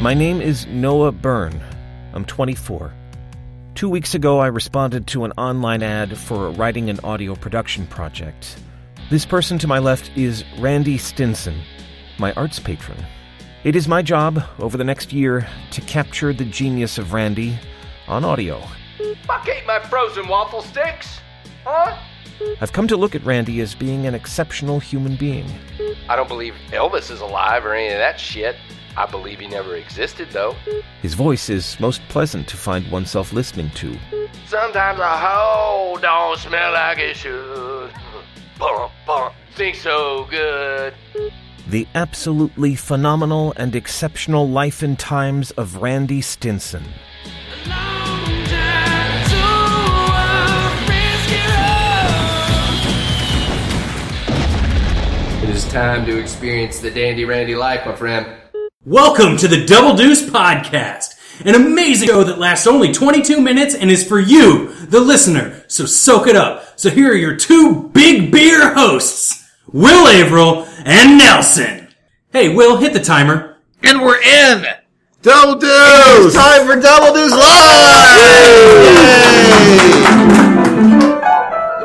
My name is Noah Byrne. I'm 24. Two weeks ago, I responded to an online ad for writing an audio production project. This person to my left is Randy Stinson, my arts patron. It is my job, over the next year, to capture the genius of Randy on audio. Fuck ate my frozen waffle sticks, huh? I've come to look at Randy as being an exceptional human being. I don't believe Elvis is alive or any of that shit. I believe he never existed, though. His voice is most pleasant to find oneself listening to. Sometimes a hoe don't smell like it should. Bump, bump, stinks so good. The absolutely phenomenal and exceptional life and times of Randy Stinson. It is time to experience the dandy randy life, my friend. Welcome to the Double Deuce Podcast, an amazing show that lasts only 22 minutes and is for you, the listener. So soak it up. So here are your two big beer hosts, Will Averill and Nelson. Hey, Will, hit the timer. And we're in! Double Deuce! Time for Double Deuce Live!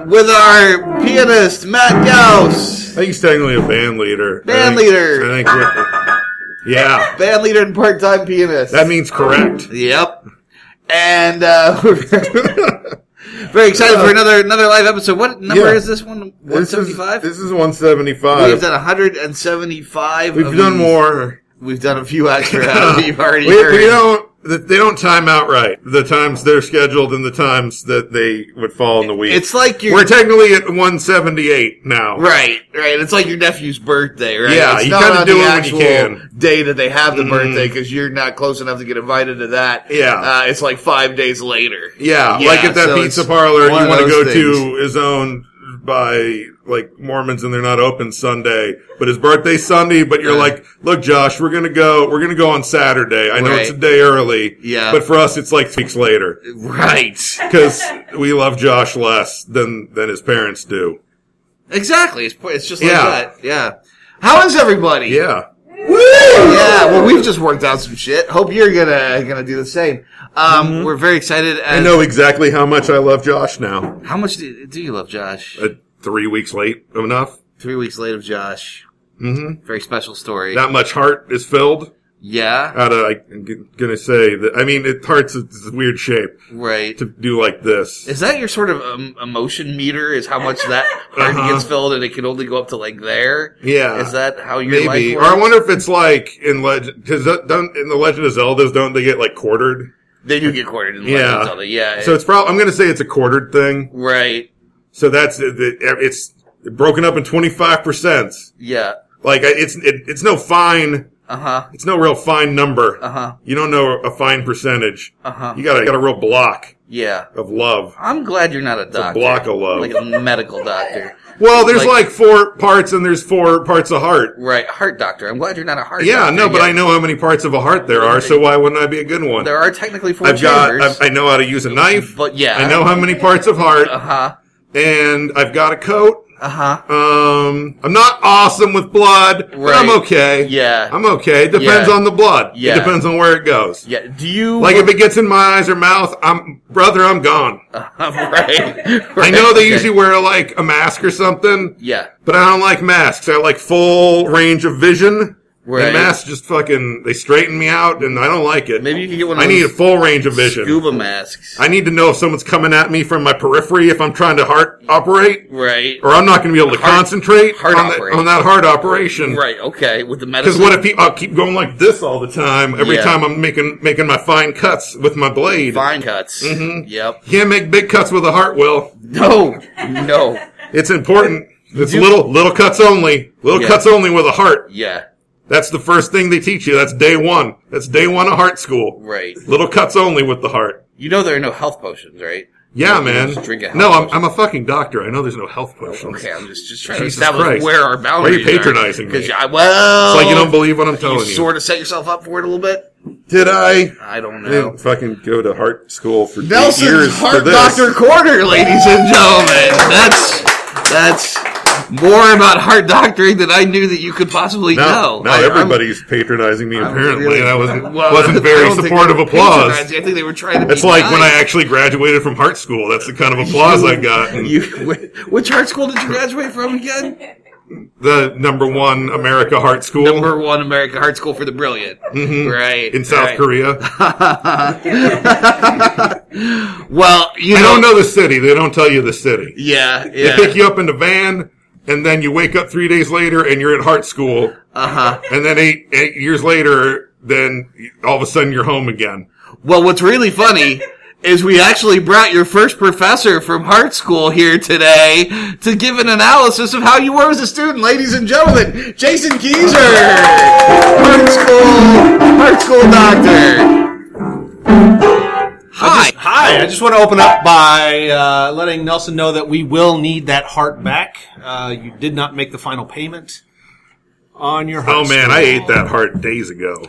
With our pianist, Matt Gauss, I think he's technically a band leader. I Band think- leader. I think. we're- yeah, band leader and part time pianist. that means correct. yep. And uh, we're very excited for another another live episode. What number Yeah. is this one? This is 175? this is 175. We've done 175. We've of done these. more. We've done a few extra. out of you've already we, heard. we don't. th- They don't time out right. The times they're scheduled and the times that they would fall in the week. It's like your we're technically at 178 now. right, right. It's like your nephew's birthday, right? Yeah, It's you not gotta on do the it when you actual can. Day that they have the Mm. birthday because you're not close enough to get invited to that. Yeah. uh, it's like five days later. Yeah, Yeah, like at that so pizza it's parlor you one of want to go those to is owned by like Mormons and they're not open Sunday, but his birthday's Sunday. But you're Yeah. like, look, Josh, we're gonna go, we're gonna go on Saturday. I know it's a Right. day early, Yeah. but for us it's like three weeks later Right. because we love Josh less than than his parents do. Exactly. It's, it's just like Yeah. that. Yeah. How is everybody? Yeah, Yeah. Well, we've just worked out some shit. Hope you're gonna gonna do the same. Um, we're very excited. As, Mm-hmm. I know exactly how much I love Josh now. How much do, do you love Josh? Uh, three weeks late enough. Three weeks late of Josh. Mm-hmm. Very special story. Not much heart is filled. yeah. Out of I'm g- gonna say that. I mean, it heart's a, it's a weird shape. Right. to do like this. Is that your sort of um, emotion meter? Is how much that part Uh-huh. gets filled, and it can only go up to like there? yeah, Is that how your maybe? life Or I works? wonder if it's like in legend because don't in the Legend of Zelda's don't they get like quartered? they do get quartered in Yeah. Legend of Zelda. Yeah. So it's probably I'm gonna say it's a quartered thing. right. So that's the- the- it's broken up in 25 percent. Yeah. Like it's it, it's no fine. Uh huh. It's no real fine number. Uh huh. You don't know a fine percentage. Uh huh. You got a, got a real block Yeah. of love. I'm glad you're not a A doctor. block of love. Like a medical doctor. well, there's like- like, four parts and there's four parts of heart. Right, heart doctor. I'm glad you're not a heart Yeah, doctor. no, but I know how many parts of a heart there are, so why wouldn't I be a good one? There are technically 4 I've got. chambers. I've, I know how to use a knife. but yeah. I know how many parts of heart, Uh huh. and I've got a coat. Uh huh. Um, I'm not awesome with blood, but I'm Right. okay. Yeah. I'm okay. It depends Yeah. on the blood. Yeah. It depends on where it goes. Yeah. Do you. Like if it gets in my eyes or mouth, I'm brother. I'm gone. right, I know they Uh-huh. okay. usually wear like a mask or something, Yeah. but I don't like masks. I like full range of vision. Right. And masks just fucking they straighten me out, and I don't like it. Maybe you could get one of I need a those full range of vision. scuba masks. I need to know if someone's coming at me from my periphery if I'm trying to heart operate, right. or I'm not going to be able to Heart- concentrate heart on, that, operate. on that heart operation. Right. Okay. With the medicine. Because what if he, I'll keep going like this all the time? Every Yeah. time I'm making making my fine cuts with my blade. Fine cuts. Mm-hmm. Yep. Can't make big cuts with a heart. Will No. No. it's important. It's little little cuts only. Little Yeah. cuts only with a heart. Yeah. That's the first thing they teach you. That's day one. That's day one of heart school. Right. Little cuts only with the heart. You know there are no health potions, right? Yeah, You man. just drink a health no, I'm, potion. I'm a fucking doctor. I know there's no health potions. Okay, I'm just, just trying to Jesus establish Christ. where our Why are you boundaries patronizing me? Because I well, It's like you don't believe what I'm telling Oh. you you. sort of set yourself up for it a little bit. Did I? I don't I know. didn't fucking go to heart school for eight Nelson's years for Heart this. Doctor Corner, ladies and gentlemen. That's that's more about heart doctoring than I knew that you could possibly Now, know. now I- I'm- everybody's patronizing me. I'm Apparently, really- and I wasn't Well, wasn't I very don't think supportive they were applause. patronizing. I think they were trying to. It's be like when I nice. actually graduated from heart school. That's the kind of applause I got. And You, wh- which art school did you graduate from again? the number one America heart school Number one American Art School for the Brilliant. Mm-hmm. Right. in South right. Korea. Well, you I don't know the city. They don't tell you the city. Yeah, They yeah. pick you up in the van, and then you wake up three days later, and you're at heart school. Uh Uh-huh. huh. And then eight eight years later, then all of a sudden you're home again. Well, what's really funny is we actually brought your first professor from Hart School here today to give an analysis of how you were as a student, ladies and gentlemen. Jason Keyser, Hart School, Hart School doctor. Hi. Hi, I just want to open up by uh, letting Nelson know that we will need that heart back. Uh, you did not make the final payment on your heart. Oh man, I ate that heart days ago.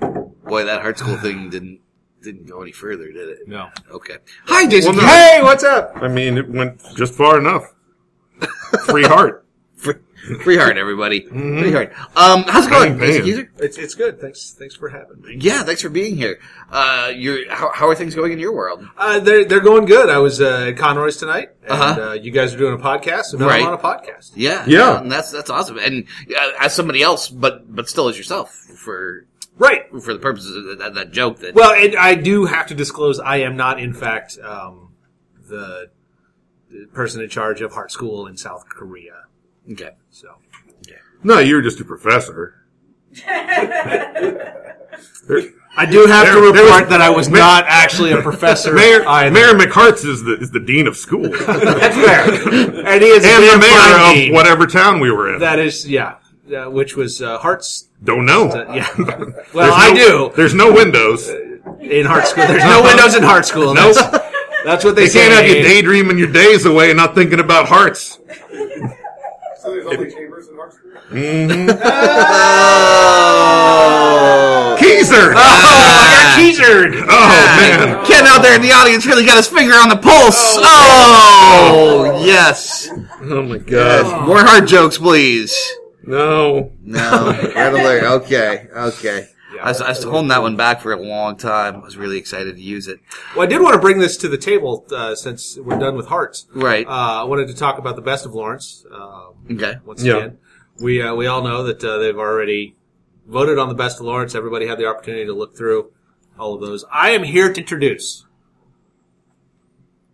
Boy, that Hart School thing didn't didn't go any further, did it? No. Okay. Hi, Jason. Well, no. Keyser. what's up? I mean, it went just far enough. Free heart. Free heart, everybody. Mm-hmm. Free heart. Um, how's it I going, ain't paying. Jason Keyser? It's it's good. Thanks thanks for having me. Yeah, thanks for being here. Uh, you're, how, how are things going in your world? Uh, they're they're going good. I was uh, at Conroy's tonight, and Uh-huh. uh you guys are doing a podcast, and now Right. I'm on a podcast. Yeah, Yeah. and that's that's awesome. And uh, as somebody else, but but still as yourself for Right. for the purposes of that, that joke. That Well, and I do have to disclose I am not, in fact, um, the the person in charge of Hart School in South Korea. okay, So No, you were just a professor. There- I do have There- to there report was- that I was Ma- not actually a professor. Mayor, either. Mayor McHart's is the, is the dean of school. and the That's fair. and he is a damn fine mayor dean. of whatever town we were in. That is, yeah, uh, which was uh, Hart's. Don't know. Yeah. There's well, I no- do There's no windows. in Hart School. There's no windows in Hart School. Nope. That's, that's what they, They say. can't have you daydreaming your days away and not thinking about hearts. Mm-hmm. Oh. Keezer! Ah, teasered. Oh, man. Ken out there in the audience really got his finger on the pulse. Oh, yes, Oh, my God. more hard jokes, please. No. No, red alert. Okay, okay. I was, I was holding that one back for a long time. I was really excited to use it. Well, I did want to bring this to the table uh, since we're done with hearts. Right. Uh, I wanted to talk about the best of Lawrence. Um, Okay. once Yeah. again, we uh, we all know that uh, they've already voted on the best of Lawrence. Everybody had the opportunity to look through all of those. I am here to introduce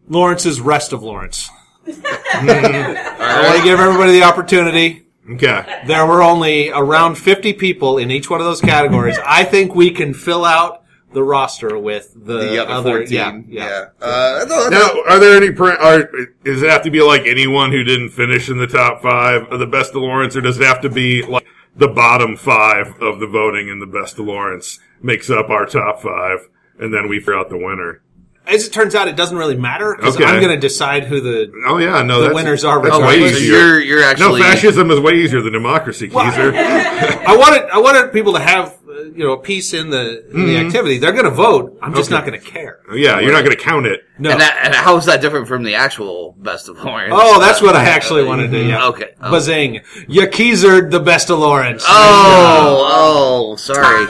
Lawrence's rest of Lawrence. I want to give everybody the opportunity. Okay. There were only around 50 people in each one of those categories. I think we can fill out the roster with the, The other, yeah, fourteen. yeah. Uh, no, Now, are there any, par- are, does it have to be like anyone who didn't finish in the top five of the best of Lawrence, or does it have to be like the bottom five of the voting in the best of Lawrence makes up our top five, and then we figure out the winner? As it turns out, it doesn't really matter because Okay. I'm going to decide who the. Oh yeah, no, The that's, winners are that's way regardless. Oh, so you're easier. you're No, actually fascism is way easier than democracy, Keezer. I wanted I wanted people to have uh, you know a piece in the in Mm-hmm. the activity. They're going to vote. I'm just Okay. not going to care. Oh, yeah, you're not going to count it. No. And, that, and how is that different from the actual Best of Lawrence? oh, that's what I actually wanted to. Yeah. Okay. Oh. Bazing. You keezered the best of Lawrence. Oh, oh, sorry.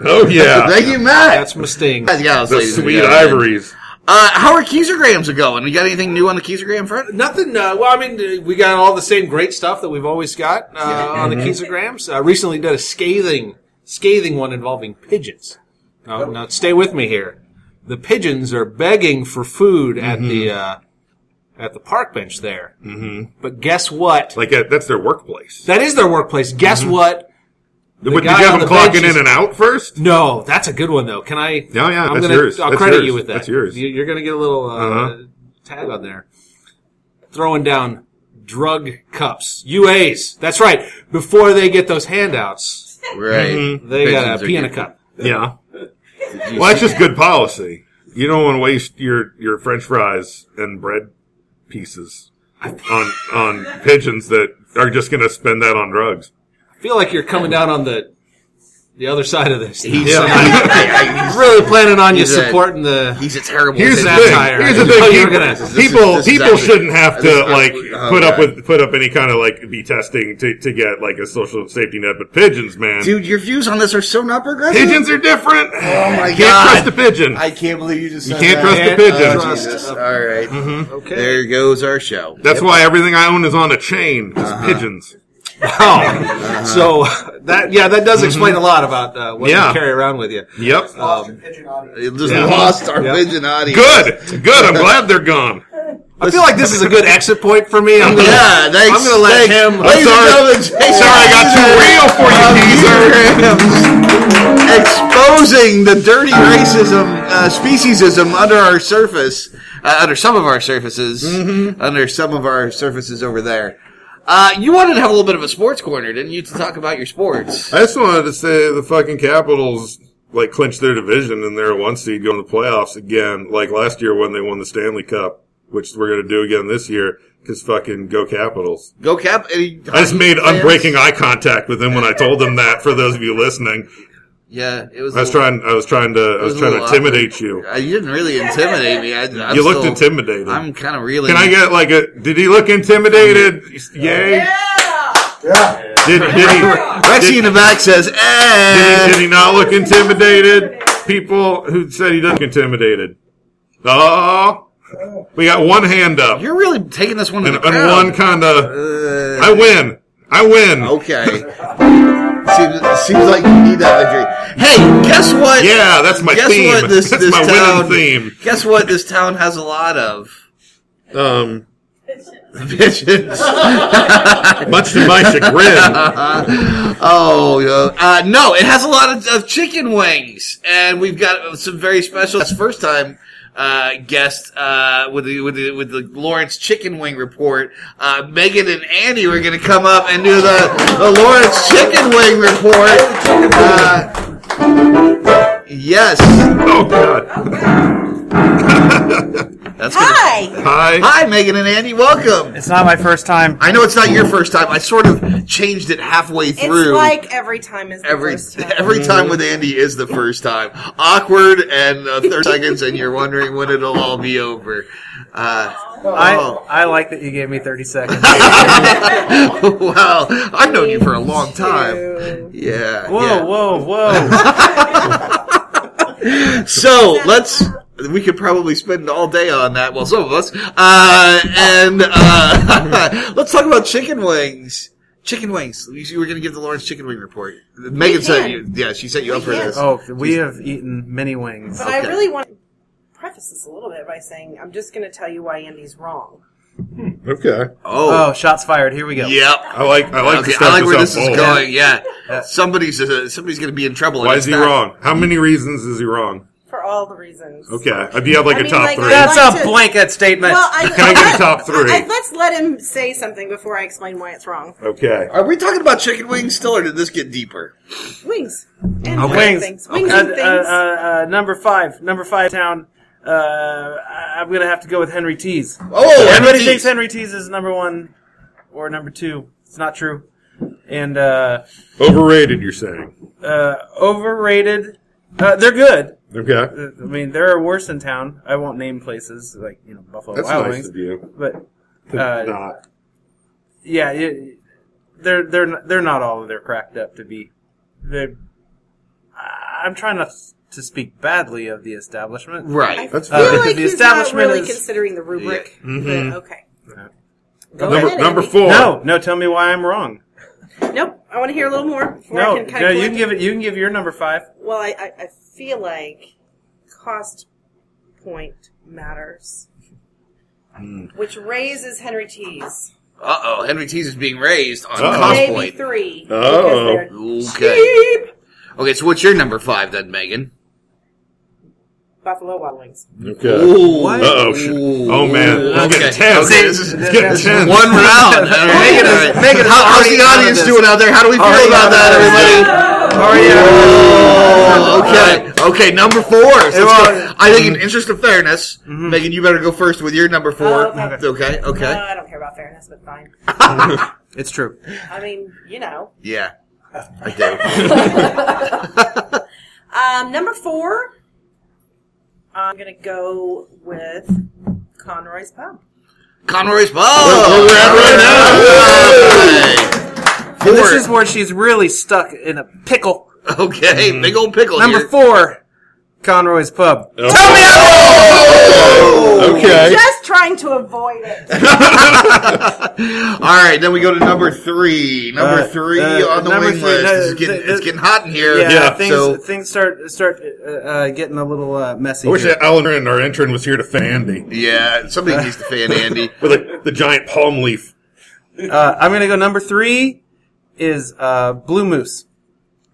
Oh yeah, Thank you, Matt. That's my sting. That's yeah, the sweet ivories. Uh, how are Keezergrams going? You got anything new on the Keezergram front? Nothing. Uh, well, I mean, uh, we got all the same great stuff that we've always got uh, on the Keezergrams. I Uh, recently did a scathing, scathing one involving pigeons. Now, now, stay with me here. The pigeons are begging for food at the uh, at the park bench there. Mm-hmm. But guess what? Like that, that's their workplace. that is their workplace. Guess what? But did guy you have on them the clocking bench is- in and out first? No, that's a good one though. Can I? Yeah, Oh, yeah, I'm that's gonna, yours. I'll That's credit yours. you with that. That's yours. You- You're gonna get a little uh, Uh-huh. tag on there. Throwing down drug cups, UAs. That's right. Before they get those handouts, Right. Mm-hmm. they Pigeons gotta are pee in a good. cup. Yeah. Well, that's just good policy. You don't want to waste your your French fries and bread pieces on on pigeons that are just going to spend that on drugs. I feel like you're coming down on the the other side of this. He's Yeah. really planning on you uh, He's uh, a- supporting the. He's a terrible. Here's the example. thing. satire. Here's the I thing. didn't know you People, were gonna ask this. This is- people, this is people actually- shouldn't have this is to like absolutely- oh, put up God. with put up any kind of like be testing to, to get like a social safety net. But pigeons, man, dude. Your views on this are so not progressive. pigeons are different. Oh my Can't God. trust a pigeon. I can't believe you just. You said can't that. trust the Can't pigeon. Oh, trust. Jesus. All right. Mm-hmm. Okay. There goes our show. That's why everything I own is on a chain. 'cause Uh-huh. pigeons. Oh, so that yeah, that does explain a lot about uh, what Mm-hmm. Yeah. you carry around with you. Yep. Um, It just Yeah. lost our Yeah. pigeon audience. Good. Good. I'm glad they're gone. I feel like this is a good exit point for me. I'm gonna, Yeah, thanks. I'm gonna let thanks. him. Ladies sorry. and gentlemen, Jason Sorry, I got too real for you, Keezer. Um, Exposing the dirty racism, uh, speciesism under our surface, uh, under some of our surfaces, Mm-hmm. under some of our surfaces over there. Uh, you wanted to have a little bit of a sports corner, didn't you, to talk about your sports? I just wanted to say the fucking Capitals like clinched their division and they're a one seed going to the playoffs again, like last year when they won the Stanley Cup, which we're going to do again this year because fucking go Capitals. Go cap. Any I just made plans? unbreaking eye contact with them when I told them that. For those of you listening, Yeah, it was. I was a little- trying. I was trying to. I was a trying to little awkward. intimidate you. Uh, you didn't really intimidate me. I, I'm You looked still- intimidated. I'm kind of reeling. Can I get like a? Did he look intimidated? Yay! Did, did he? Rexy in the back says, Did "Eh." he, did he not look intimidated? People who said he doesn't look intimidated. Oh, we got one hand up You're really taking this one to and, the and crowd. one kind of. Uh, I win. I win. okay. seems, seems like you need that victory. Hey, guess what? Yeah, that's my guess theme. What this, that's this my town, winning Guess what? This town has a lot of theme. Um, bitches. much to my chagrin. Oh, yeah. uh, no, it has a lot of, of chicken wings, and we've got some very special that's first time uh, guest uh, with the with the with the Lawrence Chicken Wing report. Uh, Megan and Andy are going to come up and do the Uh, the Lawrence Chicken Wing report. Uh, yes, Oh God! that's good. Hi. Hi. Hi, Megan and Andy. Welcome. It's not my first time. I know it's not your first time. I sort of changed it halfway through. It's like every time is the Every first time. every Mm-hmm. time with Andy is the first time. Awkward and uh, 30 seconds, and you're wondering when it'll all be over. Uh, I, oh. I like that you gave me 30 seconds. wow, I've known you for a long time. Two. Yeah. Whoa, yeah. whoa, whoa. So let's. We could probably spend all day on that. Well, some of us. Uh, and uh, let's talk about chicken wings. Chicken wings. You were going to give the Lawrence chicken wing report. Megan said, can. you, "Yeah, she set you up for We can. this." Oh, we have eaten many wings. But I Okay. really want to preface this a little bit by saying I'm just going to tell you why Andy's wrong. Okay. Oh, shots fired. Here we go. Yep. I like. I like. Okay, to start I like where this this out is bold. going. Yeah, Yeah. somebody's uh, somebody's going to be in trouble. and Why it's is he not- wrong? How many reasons is he wrong? For all the reasons. Okay. If you have like I a mean, top like, three. I That's like a to- blanket statement. Well, I, Can I get a top three? I- let's let him say something before I explain why it's wrong. Okay. Are we talking about chicken wings still, or did this get deeper? Wings. And wings. things. Wings Uh, and uh, things. uh, uh, number five. Number five town. Uh, I- I'm going to have to go with Henry T's. Oh, Everybody Henry thinks T's. Henry T's is number one or number two. It's not true. And uh, Overrated. You're saying. uh, overrated. Uh, they're good. Okay. I mean, there are worse in town. I won't name places like you know Buffalo That's Wild nice Wings, of you. but to Oh, Uh, not. yeah, it, they're they're not- they're not all they're cracked up to be. They're, I- I'm trying not to speak badly of the establishment. Right. That's I uh, fair. feel the like he's not establishment really is- Mm-hmm. considering the rubric. Yeah. Mhm. but okay. Go number ahead, number Andy. four. No, no, tell me why I'm wrong. Nope. I want to hear a little more before No, I can kind no, of you can give it. You can give your number five. Well, I, I, I feel like cost point matters, Hmm. which raises Henry T's. Uh oh, Henry T's is being raised on Uh-oh. cost Maybe point. three. Oh. because they're Okay. cheap. Okay, so what's your number five then, Megan? Buffalo Wild Wings. Okay. what? Uh-oh, shit. Oh, man. This is okay. getting tense. Okay, This is getting tense. One round. All right. Megan is- all right. Megan is How, how's already the out of audience this. doing out there? How do we feel Already about out of that, this. everybody? Oh, okay. Okay, number four. So It let's was- go. I think, in interest of fairness, Mm-hmm. Megan, you better go first with your number four. Oh, okay. Uh, okay. No, okay. I don't care about fairness, but fine. It's true. I mean, you know, Yeah. I do. Um, number four, I'm gonna go with Conroy's Pub. Conroy's Pub. we're at right Alright. Four. This is where she's really stuck in a pickle. okay, big old pickle. Number here. four, Conroy's Pub. Oh. Okay. Just trying to avoid it. All right, then we go to number three. Number Uh, three uh, on the number wing three, list. no, This is getting, th- th- it's getting hot in here. Yeah, Yeah, things so- things start start uh, uh, getting a little uh, messy. I wish here. that Alan Rand, our intern, was here to fan Andy Yeah, somebody needs to fan Andy. with a, the giant palm leaf. Uh, I'm gonna go number three is uh, Blue Moose.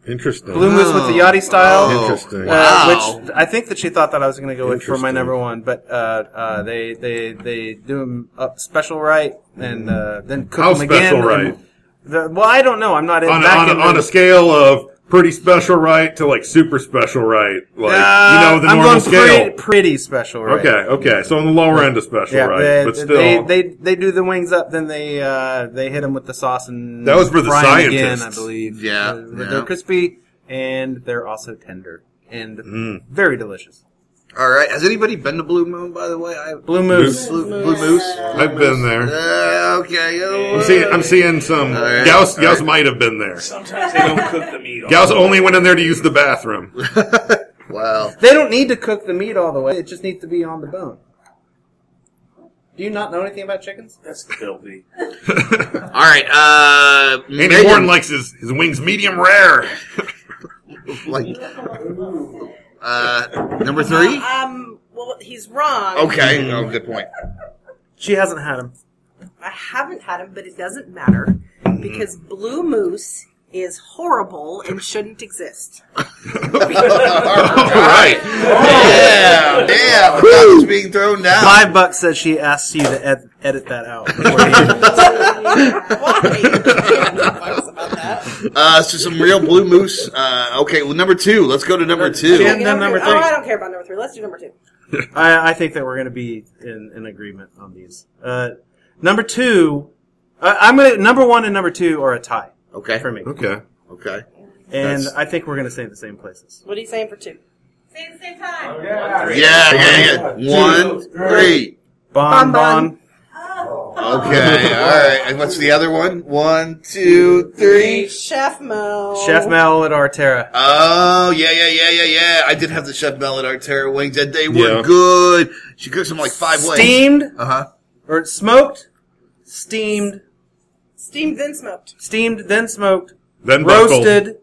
Interesting. Blue Moose with the Yachty style. Interesting. Uh, Wow. which I think that she thought that I was going to go with for my Interesting. number one, but uh, uh, they they they do them up special right and uh, then cook How them again. special and right? the- well, I don't know. I'm not in, on a, back on, a, in the- on a scale of pretty special right to like super special right, like Uh, you know the I'm normal going scale. Pretty, pretty special right. Okay, okay. So on the lower end of special Yeah, right, they, but still they, they they do the wings up, then they uh, they hit them with the sauce and That was for the fry 'em again, I scientists. believe. Yeah, Uh, but yeah. they're crispy and they're also tender and Mm. very delicious. All right, has anybody been to Blue Moon? By the way, I Blue Moose. Blue, Blue Moose. I've been there. Uh, okay, I'm oh, seeing. I'm seeing some. Alright, Gauss, Gauss might have been there. Sometimes they don't cook the meat. Gauss only went in there to use the bathroom. wow. They don't need to cook the meat all the way. It just needs to be on the bone. Do you not know anything about chickens? That's filthy. All right, uh, Andy Megan- Warren likes his, his wings medium rare. like, uh, number three. Um, well, he's wrong. Okay, oh, good point. She hasn't had them. I haven't had him, but it doesn't matter because Blue Moose is horrible and shouldn't exist. All right, yeah, yeah, without this being thrown down. Five bucks says she asks you to ed- edit that out. before you- Why? I don't give a fuck about that. Uh, so some real blue moose. Uh, okay, well, number two. Let's go to number two. And then number Oh, three. I don't care about number three. Let's do number two. I, I think that we're going to be in, in agreement on these. Uh, number two, uh, I'm going to number one and number two are a tie Okay, for me, Okay. okay. and That's- I think we're going to stay in the same places. What are you saying for two? Same, same time. Yeah, yeah, yeah. One, three. Bon Bon bon. Okay, all right. And what's the other one? One, two, three. Chef Mo. Chef Mal at Artera. Oh yeah, yeah, yeah, yeah, yeah. I did have the Chef Mel at Artera wings, and they were Yeah. good. She cooks them like five ways. Steamed Uh huh. or smoked, steamed, Steamed then smoked. steamed then smoked, Then buckled. roasted,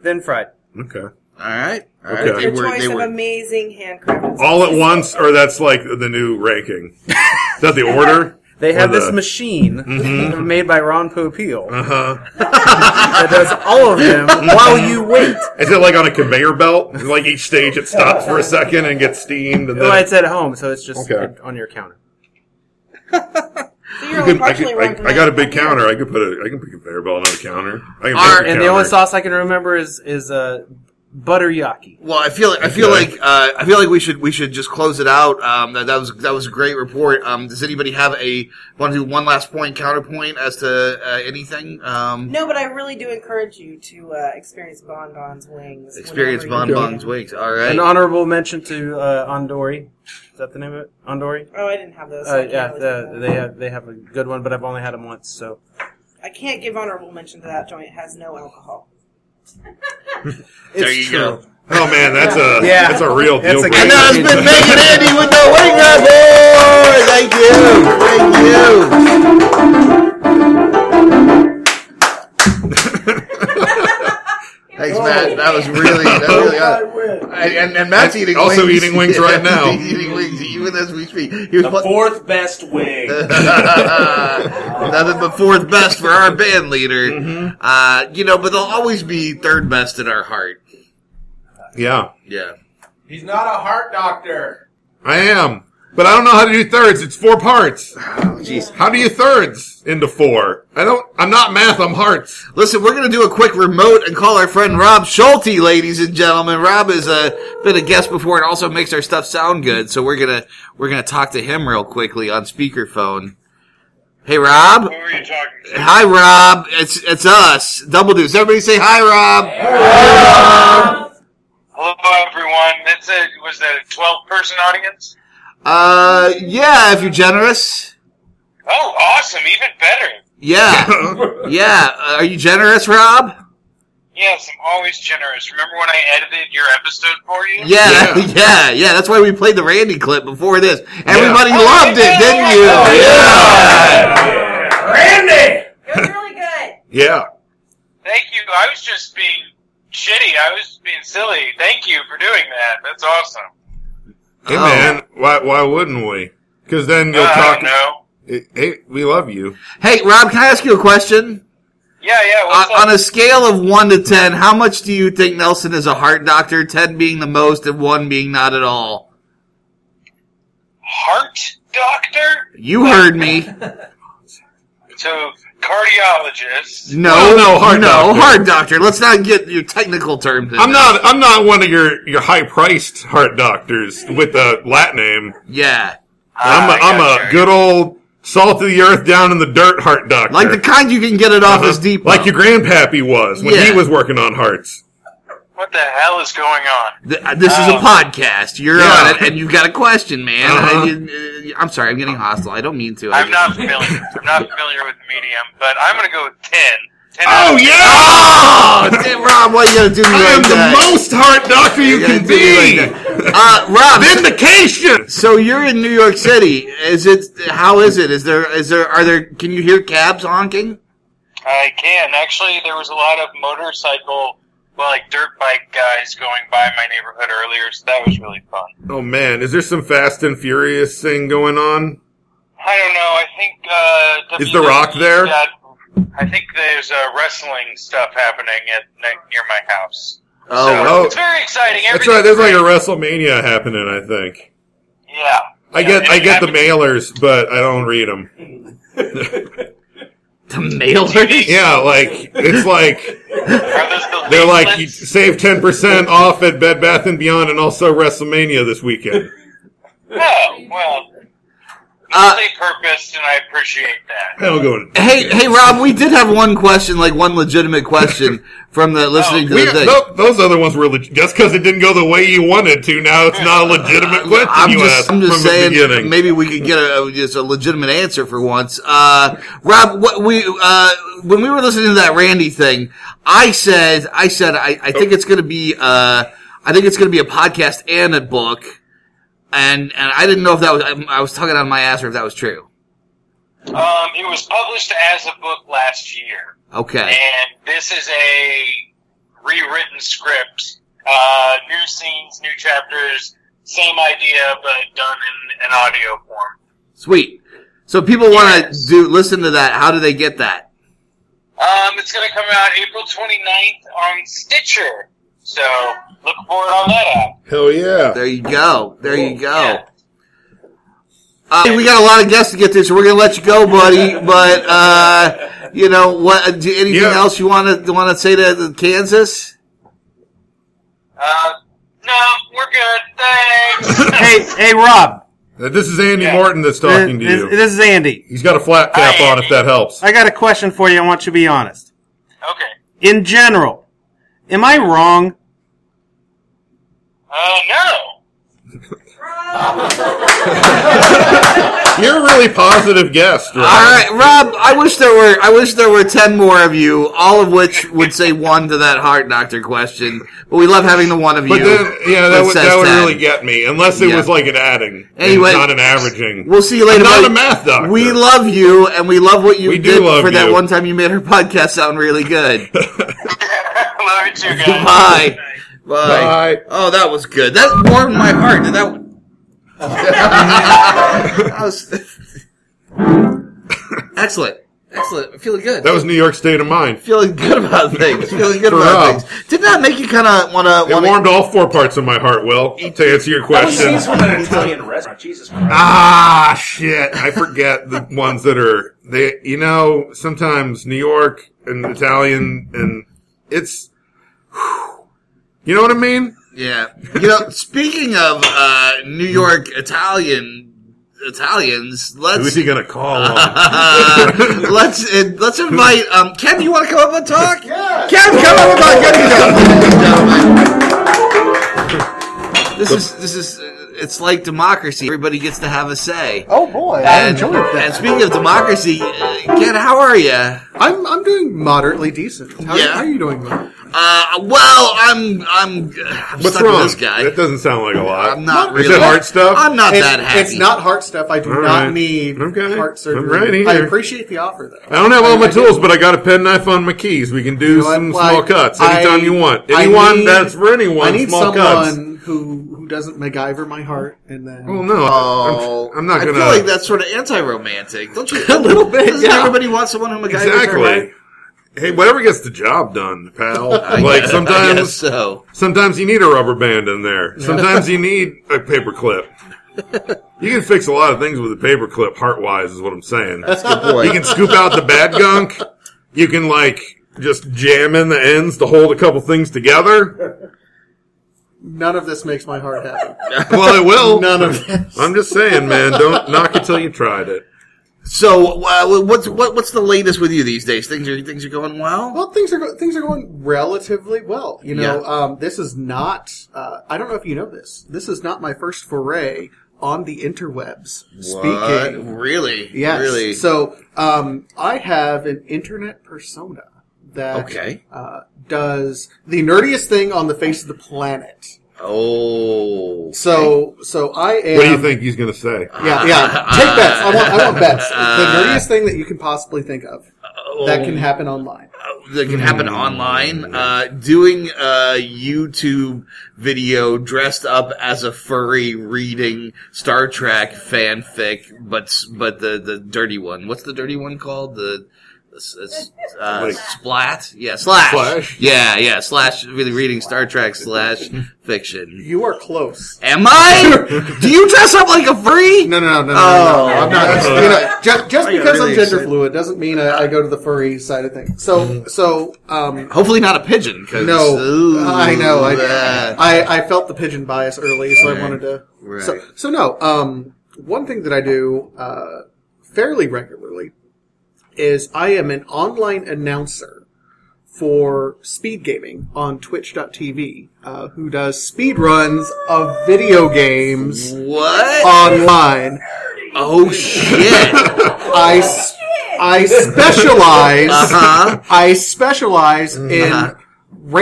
then fried. Okay. All right. All right. Okay. They Your were. choice They of were. amazing handcrafted. All at once, or that's like the new ranking. Is that the order? They Or have the- Mm-hmm. this machine Mm-hmm. made by Ron Popeil Uh-huh. that does all of them while you wait. Is it like on a conveyor belt? Like each stage, it stops for a second and gets steamed, and then Well, it's at home, so it's just Okay. on your counter. So you're I, only could- I, partially could- wrong I- I got a big counter. I could put a I can put a conveyor belt on the counter. I can Alright, make a And the only counter. sauce I can remember is is uh, butter yaki. Well, I feel. I feel Okay. like. Uh, I feel like we should. We should just close it out. Um, that, that was. That was a great report. Um, does anybody have a want to do one last point counterpoint as to uh, anything? Um, No, but I really do encourage you to uh, experience Bon Bon's wings. Experience whenever you- bonbons wigs. All right. An honorable mention to uh, Andori. Is that the name of it? Andori. Oh, I didn't have those. so I Uh, can't yeah, really the, do that. they have they have a good one, but I've only had them once. So I can't give honorable mention to that joint. It has no alcohol. it's you true. go. Oh man, that's a Yeah. that's a real deal That's a- And breaker. that's been Megan Andy with the Wing Report. Thank you. Thank you. Thanks, Matt. That was really, that was really awesome. And, and, and Matt's eating Also wings. eating wings right now. He's eating wings even as we speak. He was The pl- fourth best wing. Nothing but fourth best for our band leader. Uh, you know, but they'll always be third best in our heart. Yeah, Yeah. He's not a heart doctor. I am, but I don't know how to do thirds. It's four parts. Oh, Jeez. How do you thirds into four? I don't. I'm not math. I'm hearts. Listen, we're going to do a quick remote and call our friend Rob Schulte, ladies and gentlemen. Rob has uh, been a guest before and also makes our stuff sound good, so we're gonna we're gonna talk to him real quickly on speakerphone. Hey, Rob. Who are you talking to? Hi, Rob. It's it's us, Double Deuce. Everybody say hi, Rob. Hello, everyone. That's a, was that a 12 person audience? Uh, yeah, if you're generous. Oh, awesome. Even better. Yeah, yeah. Uh, Are you generous, Rob? Yes, I'm always generous. Remember when I edited your episode for you? Yeah, yeah, yeah, That's why we played the Randy clip before this. Everybody Oh, loved it, yeah. didn't you? Oh, yeah. Randy! It was really good. Yeah. Thank you. I was just being shitty. I was being silly. Thank you for doing that. That's awesome. Hey, Oh. man. Why, why wouldn't we? Because then you'll Uh, I talk. don't know. Hey, we love you. Hey, Rob, can I ask you a question? Yeah, yeah. What's Uh, On, on up? a scale of one to ten, how much do you think Nelson is a heart doctor? Ten being the most, and one being not at all. Heart doctor? You heard me. So, cardiologist. No, Well, no, heart no, doctor. heart doctor. Let's not get your technical terms. in I'm there. not. I'm not one of your, your high priced heart doctors with a Latin name. Yeah, I'm a, Ah, I'm gotcha. a good old salt of the earth down in the dirt heart doctor. like the kind you can get it off his deep. Like your grandpappy was when Yeah. he was working on hearts. What the hell is going on? uh, this is a podcast. You're Oh. Yeah. on it, and you've got a question, man. Uh-huh. And you- uh, I'm sorry, I'm getting hostile. I don't mean to. I I'm just- not familiar. I'm not familiar with the medium, but I'm gonna go with ten. 10 out Oh of 10. Oh, yeah! damn, Rob, why you gotta do me I like am the that? most heart doctor you You gotta can do me be. like that. Uh, Rob, Vindication. so you're in New York City. Is it? How is it? Is there? Is there? Are there? Can you hear cabs honking? I can actually. There was a lot of motorcycle, well, like dirt bike guys going by my neighborhood earlier, so that was really fun. Oh man, is there some Fast and Furious thing going on? I don't know. I think uh, Is The Rock there? got- I think there's uh, wrestling stuff happening at ne- near my house. Oh, so oh. it's very exciting. That's Everything's right. There's like a great. WrestleMania happening. I think. yeah. I Yeah, get I it get the happens- mailers, but I don't read them. The mailers. Yeah, like it's like Are those the they're like you leaflets? save ten percent off at Bed Bath and Beyond, and also WrestleMania this weekend. Oh well, Uh, they purposed, and I appreciate that. I'll go. to- Hey, hey, Rob, we did have one question, like one legitimate question from the listening to Oh, We- the thing. tho- those other ones were leg- just because it didn't go the way you wanted to. Now it's not a legitimate question I'm you just, asked I'm just from the saying, beginning. maybe we could get a, just a legitimate answer for once. Uh, Rob, what we uh, when we were listening to that Randy thing, I said, I said, I, I Oh. think it's going to be, uh, I think it's going to be a podcast and a book, and and I didn't know if that was, I, I was talking out of my ass or if that was true. Um, it was published as a book last year, Okay, and this is a rewritten script. Uh, new scenes, new chapters, same idea, but done in an audio form. sweet. So if people want to Yes. do listen to that. How do they get that? Um, it's going to come out April 29th on Stitcher. So look for it on that app. Hell yeah! There you go. There you go. Yeah. Uh, we got a lot of guests to get through, so we're gonna let you go, buddy. But uh, you know what? Do anything Yeah. else you want to want to say to to Kansas? Uh, no, we're good. Thanks. hey, hey, Rob. Uh, This is Andy Yeah. Morton that's talking to this, you. this is Andy. He's got a flat cap Hi, on, if that helps. I got a question for you. I want you to be honest. okay. In general, am I wrong? Uh, no. You're a really positive guest. Rob. All right, Rob. I wish there were. I wish there were ten more of you, all of which would say one to that heart doctor question. But we love having the one of But you. then, yeah, that would says that would 10. really get me, unless it Yeah. was like an adding, and Anyway, not an averaging. We'll see you later. I'm not buddy. a math doctor. We love you, and we love what you We do did love for that you. one time you made our podcast sound really good. Love you too, guys. Bye. Bye. Bye. Oh, that was good. That warmed my heart. Did that? that was excellent. Excellent. I'm feeling good. That was New York State of Mind. feeling good about things. Feeling good For about real. things. Didn't that make you kind of want to? It warmed all four parts of my heart, Will, to answer your That was question. scenes from an Italian restaurant. Jesus Christ. Ah, shit. I forget the ones that are, they, you know, sometimes New York and Italian and it's, you know what I mean? Yeah. You know, speaking of uh, New York Italian Italians. Who's Let's he gonna call on? uh, let's uh, let's invite um, Ken. You want to come up and talk? Yeah. Ken, come up and talk. Good evening, gentlemen. This is this is uh, it's like democracy. Everybody gets to have a say. Oh boy, I And, enjoyed that. and speaking of democracy, uh, Ken, how are you? I'm I'm doing moderately decent. How, Yeah. how are you doing? Though? Uh, well, I'm I'm I'm What's stuck wrong? with this guy. That doesn't sound like a lot. I'm not Is really. it hard stuff? I'm not It's, that happy. it's not heart stuff. I do All not right. need Okay. I'm heart surgery. right here. I appreciate the offer though. I don't have all my I- I do. tools, but I got a penknife on my keys. We can do You know what? some Like, small cuts I- anytime you want. I Anyone need- that's for anyone. I need small cuts. someone who who doesn't MacGyver my heart and then. Well, no, Oh, I'm, I'm not gonna. I feel like that's sort of anti-romantic, don't you? A little bit, Doesn't yeah. everybody want someone who MacGyver's their exactly. heart? Hey, whatever gets the job done, pal. I like guess- I guess sometimes, so. sometimes you need a rubber band in there. Sometimes you need a paper clip. You can fix a lot of things with a paper clip, heart wise, is what I'm saying. You can scoop out the bad gunk. You can like just jam in the ends to hold a couple things together. None of this makes my heart happy. Well, it will. None of this. I'm just saying, man. Don't knock it till you tried it. So, uh, what's what, what's the latest with you these days? Things are things are going well. Well, things are go- things are going relatively well. You know, Yeah. um, this is not. Uh, I don't know if you know this. This is not my first foray on the interwebs. Speaking, What? really, Yes. really. So um, I have an internet persona that Okay. uh, does the nerdiest thing on the face of the planet. oh, So so I am. What do you think he's gonna say? Yeah, yeah. Take bets. I want, I want bets. The nerdiest thing that you can possibly think of that can happen online. that can happen Hmm. online. Uh, doing a YouTube video dressed up as a furry reading Star Trek fanfic, but s- but the the dirty one. What's the dirty one called? The s- s- uh, Like- splat, yeah, slash. Slash? yeah, yeah, slash. Really reading Star Trek slash fiction. You are close. Am I? Do you dress up like a furry? No, no, no, Oh. no, no, no, no. I'm not. You know, just just I got because really I'm gender excited. fluid doesn't mean I, I go to the furry side of things. Mm-hmm. So, so, um, Hopefully not a pigeon. 'cause- No, Ooh, I know. I, uh, I I felt the pigeon bias early, so Right, I wanted to. right. So so no. Um, one thing that I do uh, fairly regularly is I am an online announcer for speed gaming on Twitch.tv, uh, who does speed runs of video games what? online. oh shit! I s- I specialize. Uh-huh. I specialize in Uh-huh.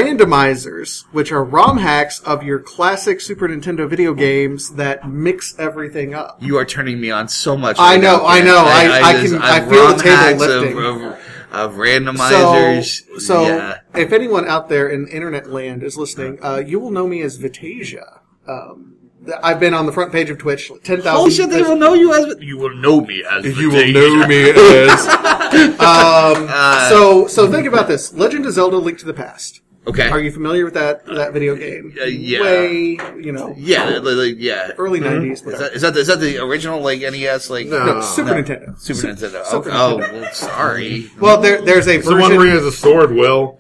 randomizers, which are ROM hacks of your classic Super Nintendo video games that mix everything up. You are turning me on so much. I right know, now, I Ken. know. I- I can- I feel the rum table hacks lifting. Of, of, of So, randomizers. so yeah. Uh-huh. if anyone out there in internet land is listening, uh, you will know me as Vitasia. Um, th- I've been on the front page of Twitch. Ten thousand. oh shit! They will know you as you will know me as You will know me as Uh, Uh, So, so think about this: Legend of Zelda: Link to the Past. Okay. Are you familiar with that that video game? Uh, yeah. Way, you know, Yeah, like, like, yeah. early Mm-hmm. '90s. Is whatever. that, is that the, is that the original like NES like No. No, Super Nintendo. Super Nintendo? Okay. Super oh, Nintendo. well, sorry. Well, there, there's a it's the one version. where he has a sword. Will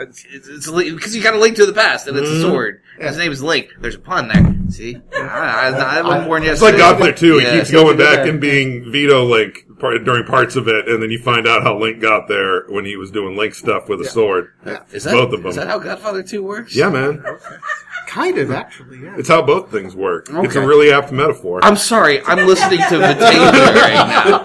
It's because you got a link to the past, and it's Mm-hmm. a sword. And His name is Link. There's a pun there. See, I, I, I was born it's like yesterday. Godfather Two. He Yeah. keeps going back and being Vito Link part, during parts of it, and then you find out how Link got there when he was doing Link stuff with a sword. Is that, both of Is them. that how Godfather Two works? Yeah, man. Kind of, actually, yeah. It's how both things work. It's a Okay. really apt metaphor. I'm sorry, I'm listening to Vitasia right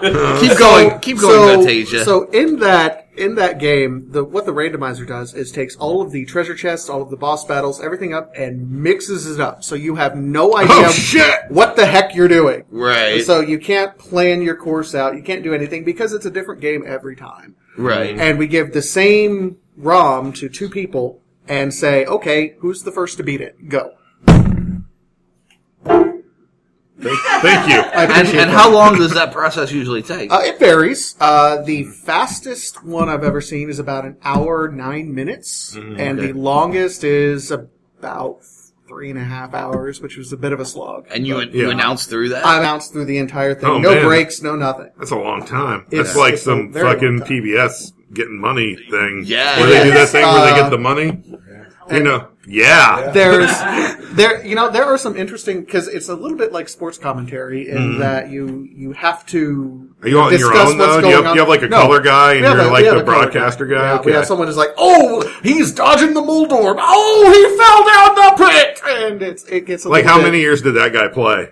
now. Keep going, keep going, Vitasia. So in that in that game, the what the randomizer does is takes all of the treasure chests, all of the boss battles, everything up, and mixes it up. So you have no idea Oh, shit! what the heck you're doing. right, So you can't plan your course out. You can't do anything because it's a different game every time. right. And we give the same ROM to two people and say, okay, who's the first to beat it? Go. Thank, thank you. I And, appreciate and that. how long does that process usually take? Uh, it varies. Uh, the fastest one I've ever seen is about an hour nine minutes, Mm, and the longest is about three and a half hours, which was a bit of a slog. and you, Yeah. you announce through that? I bounced through the entire thing. Oh, no man. breaks, no nothing. That's a long time. It's- That's like it's a some very long fucking time. PBS getting money thing. Yeah. Where they do that thing where they Uh, get the money. You know, yeah. There's there you know there are some interesting because it's a little bit like sports commentary in Mhm. that you you have to Are you on your discuss own, what's though? Do going you have- on. you have, like, a No. color guy and We have you're, a- like, we have the a color broadcaster guy? Yeah, Okay. We have someone who's like, oh, he's dodging the Moldorb. Oh, he fell down the pit, and it's it gets a like, little how bit- many years did that guy play?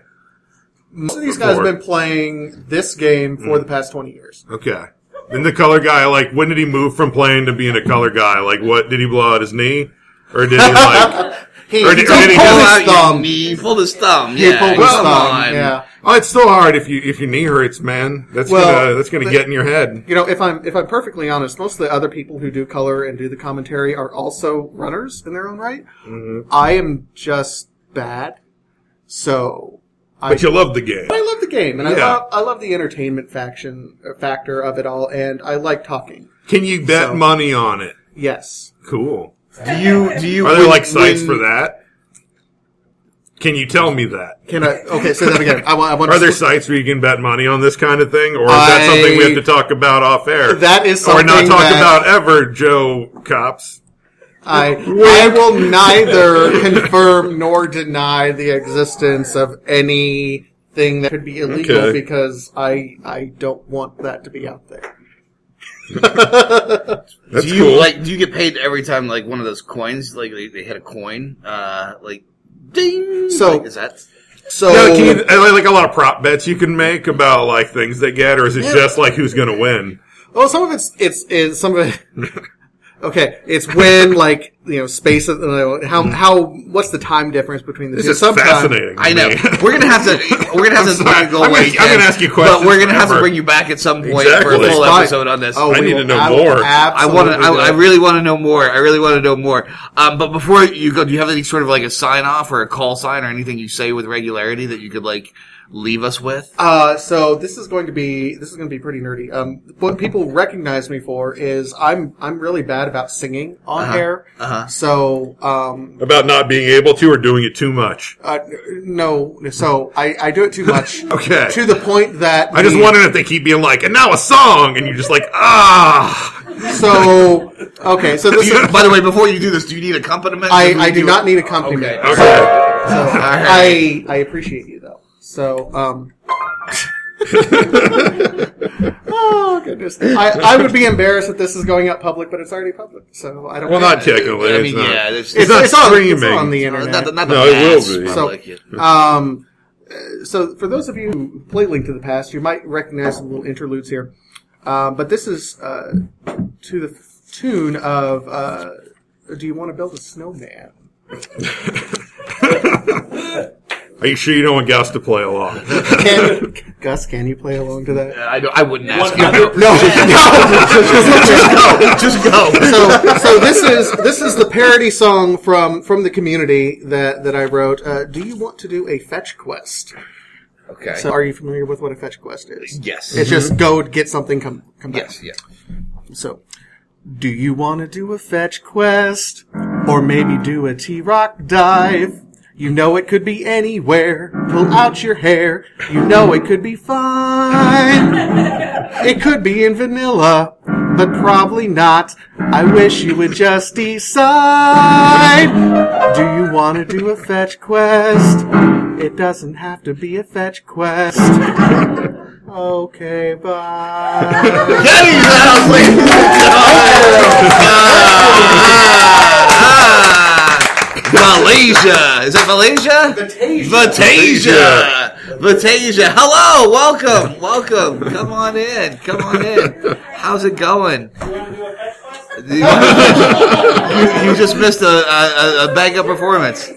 Most of these guys have Before. been playing this game Mm. for the past twenty years. Okay. And the color guy, like, when did he move from playing to being a color guy? Like, what did he blow out his knee, or did he like? He, or he did, or did he pulled just- his thumb. He pulled his thumb. He Yeah, pulled his come thumb, on. yeah. Oh, it's still hard if you if your knee hurts, man. That's Well, gonna that's gonna but- get in your head. You know, if I'm if I'm perfectly honest, most of the other people who do color and do the commentary are also runners in their own right. Mm-hmm. I am just bad, so. But you love the game. I love the game, and Yeah. I love I love the entertainment faction uh, factor of it all, and I like talking. Can you bet So- money on it? Yes. Cool. Do you do you Are there when- like sites when- for that? Can you tell me that? Can I? Okay, say that again. I want. I want Are there sites where you can bet money on this kind of thing, or is that I- something we have to talk about off air? That is or not something talk that- about ever, Joe Cops. I, I will neither confirm nor deny the existence of anything that could be illegal Okay. because I I don't want that to be out there. That's do you cool. like? Do you get paid every time like one of those coins? Like they, they hit a coin, uh, like ding. So- like, is that So Yeah, can you, are there, like a lot of prop bets you can make about like things they get, or is it Yeah. just like who's going to win? well, some of it's it's is some of it. Okay, it's when like you know space. You know, how how what's the time difference between the This two? is Sometime- fascinating. to I know. me. We're gonna have to. We're gonna have I'm to sorry. go I'm away. gonna- I'm Ken, gonna ask you but we're gonna have to forever. bring you back at some point for Exactly. a full Fine. episode on this. Oh, I we need will to know ab- more. I want to. absolutely do I, I it. really want to know more. I really want to know more. Um, but before you go, do you have any sort of like a sign off or a call sign or anything you say with regularity that you could like leave us with? Uh, so this is going to be this is going to be pretty nerdy. Um, what people recognize me for is I'm I'm really bad about singing on Uh-huh. air. Uh-huh. So um, About not being able to or doing it too much. uh, no, so I, I do it too much. Okay. To the point that I just the- wondering if they keep being like, and now a song, and you're just like, ah. So okay, so this is By the way, before you do this, do you need accompaniment? I, I do not need a compliment. Okay. Okay. So I I appreciate you though. So um. oh goodness! I, I would be embarrassed if this is going out public, but it's already public, so I don't. Well, care. not technically. I it's mean, not. yeah, it's- it's, not it's on, streaming. it's on the Not, internet. the- not the No, it will be. mass public. Um, uh, so for those of you who play Link to the Past, you might recognize some little interludes here. Um, but this is uh, to the tune of uh, "Do You Want to Build a Snowman?" Are you sure you don't want Gus to play along? Can, Gus, can you play along to that? I, don't- I wouldn't ask you. One other- No, no, Just go. so, so this is this is the parody song from from the community that that I wrote. Uh, do you want to do a fetch quest? Okay. So, are you familiar with what a fetch quest is? yes. It's just go get something, come come back. yes. Yeah. So, do you want to do a fetch quest? Or maybe do a T Rock dive? You know it could be anywhere. Pull out your hair. You know it could be fine. It could be in vanilla, but probably not. I wish you would just decide. Do you want to do a fetch quest? It doesn't have to be a fetch quest. Okay, bye. That is how ladies and gentlemen. Ah, ah, ah. Malaysia. Is that Malaysia? Vatasia. Vatasia. Hello. Welcome. Welcome. Come on in. Come on in. How's it going? You, you- you just missed a, a, a- a bang up performance.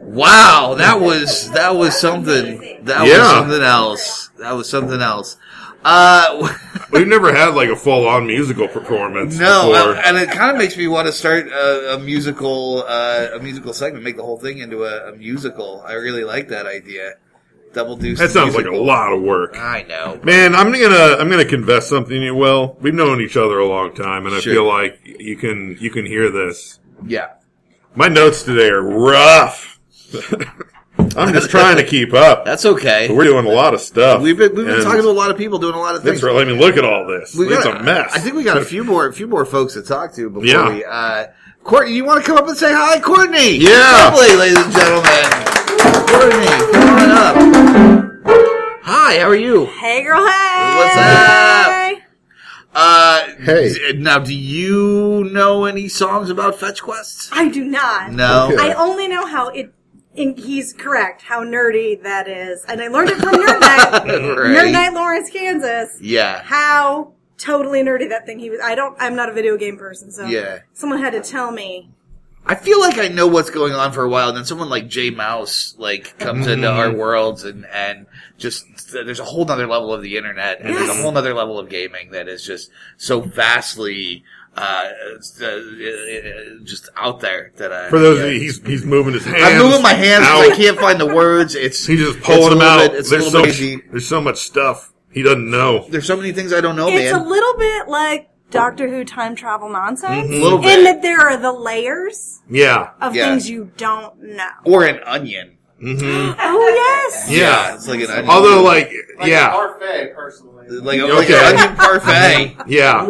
Wow, that was that was something. That was Yeah. something else. That was something else. Uh, We've never had like a full on musical performance. No, before. uh, and it kind of makes me want to start a, a musical, uh, a musical segment, make the whole thing into a, a musical. I really like that idea. Double Deuce. that sounds like a musical. lot of work. I know. Man, I'm gonna I'm gonna confess something to you. Well, we've known each other a long time, and I Sure. feel like you can you can hear this. Yeah. My notes today are rough. I'm just trying to keep up. That's okay. But we're doing a lot of stuff. We've been, we've been And talking to a lot of people doing a lot of things. That's really. I mean, look at all this. We it's got- a mess. I think we got a few more, a few more folks to talk to before Yeah. we, uh, Courtney, you want to come up and say hi, Courtney? Yeah. Lovely, ladies and gentlemen. Courtney, come on up. Hi, how are you? Hey, girl. Hey. What's up? Uh, Hey. d- now, do you know any songs about fetch quests? I do not. No. Okay. I only know how it. And he's correct. How nerdy that is, and I learned it from Nerd Night. Nerd Night, Lawrence, Kansas. Yeah. How totally nerdy that thing he was. I don't. I'm not a video game person, so Yeah. Someone had to tell me. I feel like I know what's going on for a while, and then someone like Jay Mouse like comes Mm-hmm. into Mhm. our worlds, and and just there's a whole nother level of the internet, and there's a whole nother level of gaming that is just so vastly uh, it's, uh, uh, uh, just out there that I For those yeah. of you, he's he's moving his hands. I'm moving my hands 'cause I out. can't find the words. It's He's just it's a pulling them little out. bit- it's a there's little so bit much, there's so much stuff he doesn't know. There's so many things I don't know, it's a little bit like Doctor Who time travel nonsense, Mhm. Little bit. in that there are the layers yeah, of things you don't know. or an onion. Mm-hmm. Oh yes. Yeah, it's like an onion. Although, like, yeah, Parfait, personally. like, a, like an onion parfait. yeah,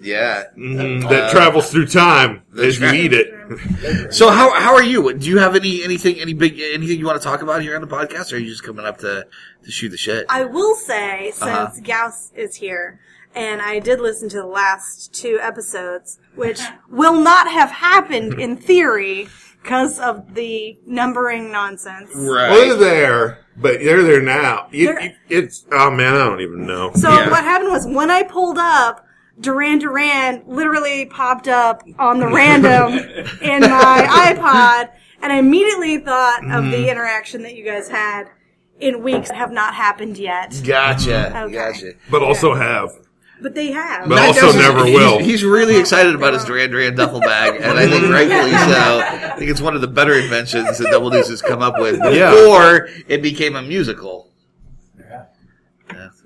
yeah, Mhm, that travels through time as you eat it. So how how are you? Do you have any anything any big anything you want to talk about here on the podcast, or are you just coming up to to shoot the shit? I will say, since Uh-huh. Gauss is here, and I did listen to the last two episodes, which will not have happened in theory because of the numbering nonsense. Well, they're there, but they're there now. You- They're- you- it's oh man, I don't even know. So what happened was when I pulled up, Duran Duran literally popped up on the random in my iPod, and I immediately thought of Mm. the interaction that you guys had in weeks that have not happened yet. Gotcha, Okay. gotcha. But also have. But they have. Matt Downs is- he's- He's really excited about his Duran Duran duffel bag, and I think rightfully so. I think it's one of the better inventions that Double Deuce has come up with Yeah. before it became a musical.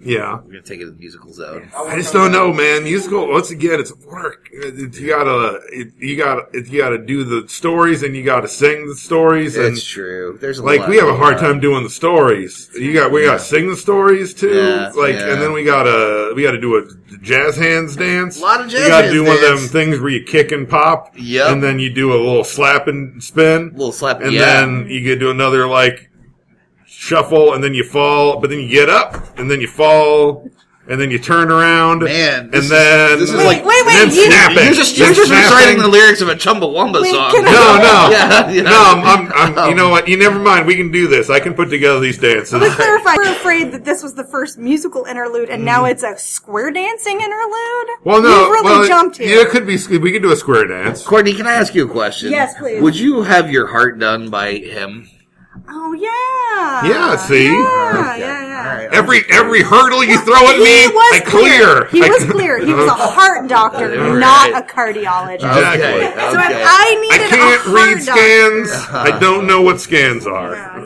Yeah. We're gonna take it to the musical zone. I just don't know, man. Musical once again, it's work. It- You gotta, it- you gotta, it- you gotta do the stories, and you gotta sing the stories. And That's true. There's a like lot we have a hard going on. time doing the stories. You got, we Yeah. gotta sing the stories too. Yeah, like, yeah. and then we gotta, we gotta do a jazz hands dance. A lot of jazz You gotta hands do one of them dance. things where you kick and pop. Yep. And then you do a little slap and spin. little slap, and yeah. then you get to another like shuffle, and then you fall, but then you get up, and then you fall, and then you turn around, Man, and then this is Wait, like- wait, and then you- snapping. You're just, Then you're just snapping. reciting the lyrics of a Chumbawamba song. No, no, Yeah, Oh. yeah. no. I'm, I'm, I'm, you know what? You never mind. We can do this. I can put together these dances. Let me clarify. We're afraid that this was the first musical interlude, and now it's a square dancing interlude. Mm. Well, no, You've really well, jumped yeah, here. it could be. We could do a square dance. Courtney, can I ask you a question? Yes, please. Would you have your heart done by him? Oh yeah. Yeah, see? Yeah, yeah, yeah. Every every hurdle you throw at me, He was I clear. He I- Uh-huh. was clear. He was a heart doctor, Right. not a cardiologist. Exactly. So if I needed I can't a heart read doctor, scans. I don't know what scans are. Are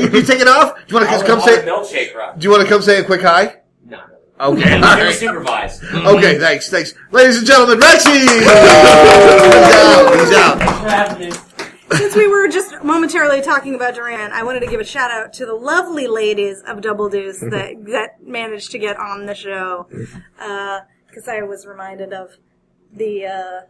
you, you taking off? Do you want to come I'll say? milkshake rock. Do you want to come say a quick hi? No. Okay. I'm all gonna right. supervise. Okay. Thanks. Thanks, ladies and gentlemen. Rexy. He's out. He's out. Since we were just momentarily talking about Duran, I wanted to give a shout out to the lovely ladies of Double Deuce that that managed to get on the show, because I was reminded of the uh,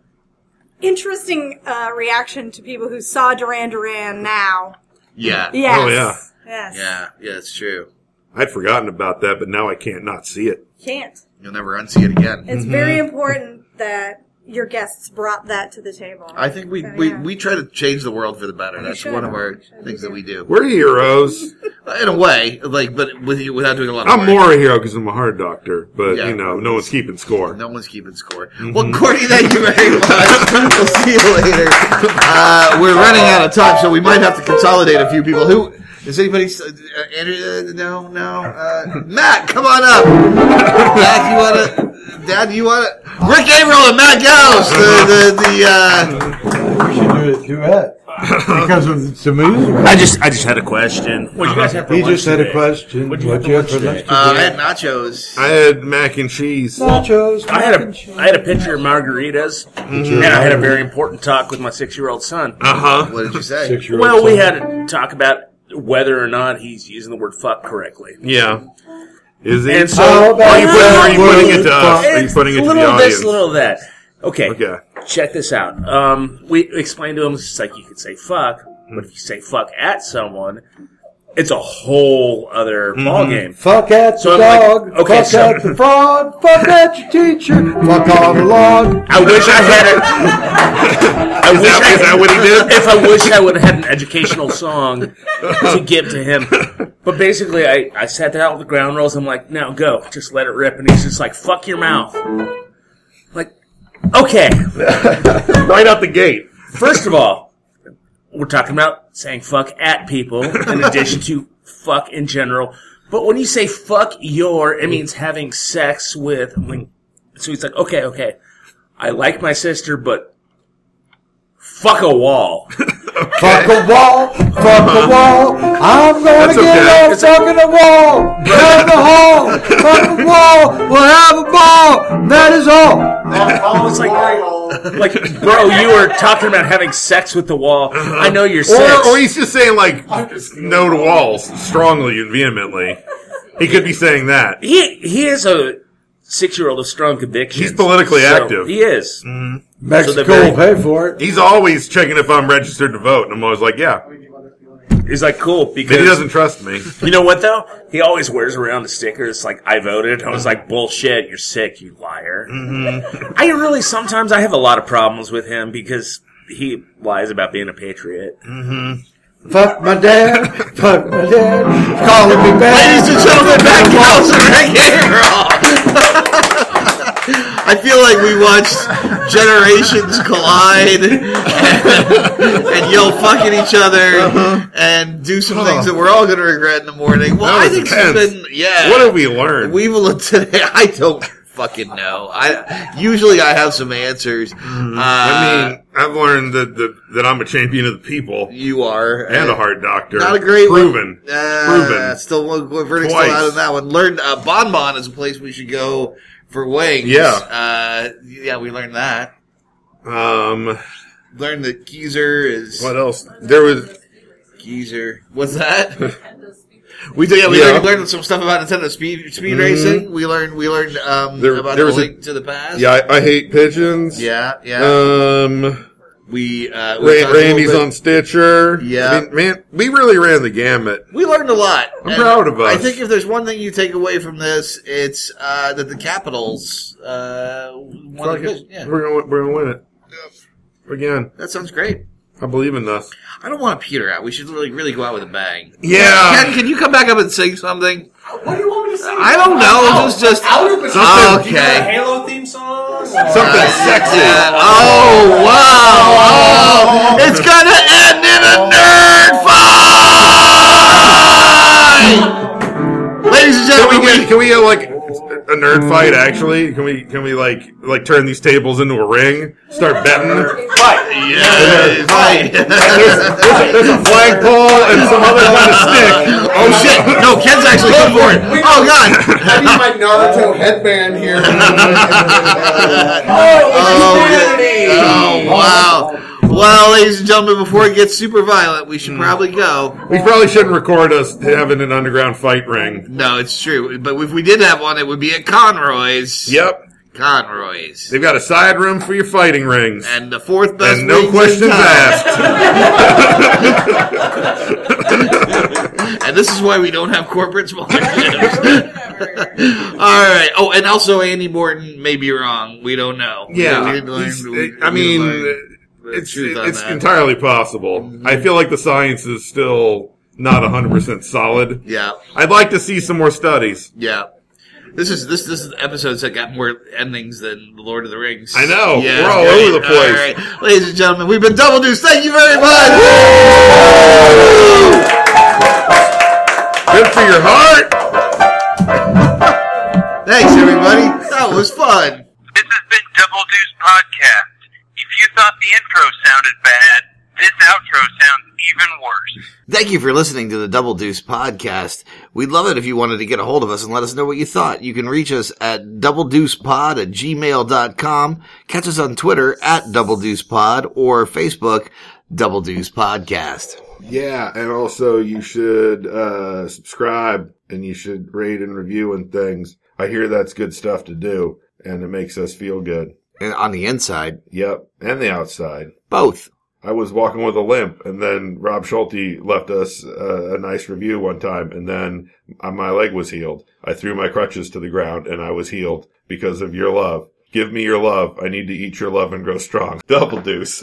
interesting uh, reaction to people who saw Duran Duran now. Yeah. Yes. Oh yeah. Yes. Yeah. Yeah. It's true. I'd forgotten about that, but now I can't not see it. Can't. You'll never unsee it again. It's very Mm-hmm. important that your guests brought that to the table. I think we, So, we, yeah. we try to change the world for the better. That's should. one of our things that we do. We're heroes. In a way, like, but with you, without doing a lot of I'm work. more a hero because I'm a heart doctor, but Yeah. you know, no one's keeping score. No one's keeping score. Well, Courtney, thank you very much. we'll see you later. Uh, we're running out of time, so we might have to consolidate a few people. Who is anybody? s- Uh, Andrew, uh, no, no. Uh, Matt, come on up. Matt, you wanna? Dad, you wanna? Rick Averill and Matt Gauss. The the, the uh, We should do a duet. because of the smooth. I just I just had a question. Uh-huh. What you guys have He just had a question. What'd you have What'd for you have lunch today? for lunch uh, I today? had nachos. I had mac and cheese. Nachos. I had a I had a pitcher of margaritas, and I had a very important talk with my six year old son. Uh huh. What did you say? Six-year-old Well, we son. had a talk about whether or not he's using the word fuck correctly. Yeah. Is it? And so, How about are you putting, are you that putting it word to us? Are you It's putting it to the little audience? this, little that. Okay. Okay. Check this out. Um, we explained to him it's just like you could say fuck, but if you say fuck at someone, it's a whole other ball game. Fuck at So the I'm like, dog. okay, fuck so- at the fraud. Fuck at your teacher. Fuck all the lawn. I wish I had it. I wish I, what he did? If I wish I would have had an educational song to give to him. But basically, I, I sat down with the ground rules. I'm like, now go, just let it rip. And he's just like, fuck your mouth. Like, okay. right out the gate. First of all, we're talking about saying fuck at people in addition to fuck in general. But when you say fuck your, it means having sex with. When, so he's like, okay, okay. I like my sister, but fuck a wall. Fuck a wall. Fuck a wall. I'm gonna That's okay. get on fucking a wall. Down the hall. Fuck a wall. We'll have a ball. That is all. It's like, like, bro, you were talking about having sex with the wall. I know you're sex. Uh-huh. Or, or he's just saying like no to walls strongly and vehemently. He could be saying that. he he is a six year old of strong convictions. He's politically So, active. Mm. He is. Mexico will pay for it. He's always checking if I'm registered to vote, and I'm always like, yeah. He's like, cool, because But he doesn't trust me. You know what though? He always wears around a sticker. It's like I voted. I was Uh-huh. like, bullshit. You're sick. You liar. Mm-hmm. I really sometimes I have a lot of problems with him because he lies about being a patriot. Mm-hmm. Fuck my dad. Fuck my dad. Calling me back. Ladies and gentlemen, back to House of Red Game Raw. I feel like we watched generations collide and, and yell fuck at each other and do some things that we're all going to regret in the morning. Well, Uh-huh. That I was think it's intense. been yeah. What have we learned? We've learned today. I don't fucking know. I usually I have some answers. Mm-hmm. Uh, I mean, I've learned that, that that I'm a champion of the people. You are, and Uh, a heart doctor. Not a great proven, one. Uh, proven. Still one one verdict's Twice. still out on that one. Learned uh, Bon Bon is a place we should go for wings. Yeah. uh, yeah, we learned that. Um, learned that Geezer is what else? There was Geezer. What's that? we did. Yeah, we Yeah. Learned, learned some stuff about Nintendo speed speed Mhm. racing. We learned we learned um, about the link to the past. Yeah, I, I hate pigeons. Yeah, yeah. Um, we, uh, we Ray, talked a little Randy's bit- on Stitcher. Yeah. I mean, man, we really ran the gamut. We learned a lot. I'm proud of us. I think if there's one thing you take away from this, it's uh, that the Capitals uh, won the Fuck it. division. Yeah. We're gonna we're gonna win it again. That sounds great. I believe in us. I don't want to peter out. We should really, really go out with a bang. Yeah. Ken, can you come back up and sing something? What do you want me to say? I don't know. Just, just Something- You got a okay. Halo theme song? Uh, yeah. Oh wow! Oh, it's gonna end in a nerd fight. Ladies and Can we, gentlemen, get, can we get like a nerd fight? Actually, can we can we like like turn these tables into a ring? Start betting. Fight. Yeah. Fight. There's, there's a flagpole and some other kind of stick. Oh shit! No, Ken's actually come for it. Oh god! I need my Naruto headband here. Oh, wow! Well, ladies and gentlemen, before it gets super violent, we should probably go. We probably shouldn't record us having an underground fight ring. No, it's true. But if we did have one, it would be at Conroy's. Yep. Conroy's. They've got a side room for your fighting rings. And the fourth best. And no wings questions in town. asked. and this is why we don't have corporate sponsorships. All right. Oh, and also Andy Morton may be wrong. We don't know. Yeah. We didn't learn- he's- we- I we mean, uh, learned the it's, truth on it's that. Mm-hmm. entirely possible. I feel like the science is still not 100% solid. Yeah. I'd like to see some more studies. Yeah. This is this this is episodes that got more endings than The Lord of the Rings. I know. Yeah, We're all great. over the place. All right. Ladies and gentlemen, we've been Double Deuce. Thank you very much. Good for your heart. Thanks everybody. That was fun. Double Deuce Podcast. If you thought the intro sounded bad, this outro sounds even worse. Thank you for listening to the Double Deuce podcast. We'd love it if you wanted to get a hold of us and let us know what you thought. You can reach us at doubledeucepod at gmail.com. Catch us on Twitter at Double Deuce Pod or Facebook Double Deuce Podcast. Yeah, and also you should uh, subscribe and you should rate and review and things. I hear that's good stuff to do, and it makes us feel good. And on the inside. Yep, and the outside. Both. I was walking with a limp, and then Rob Schulte left us uh, a nice review one time, and then uh, my leg was healed. I threw my crutches to the ground, and I was healed because of your love. Give me your love. I need to eat your love and grow strong. Double deuce.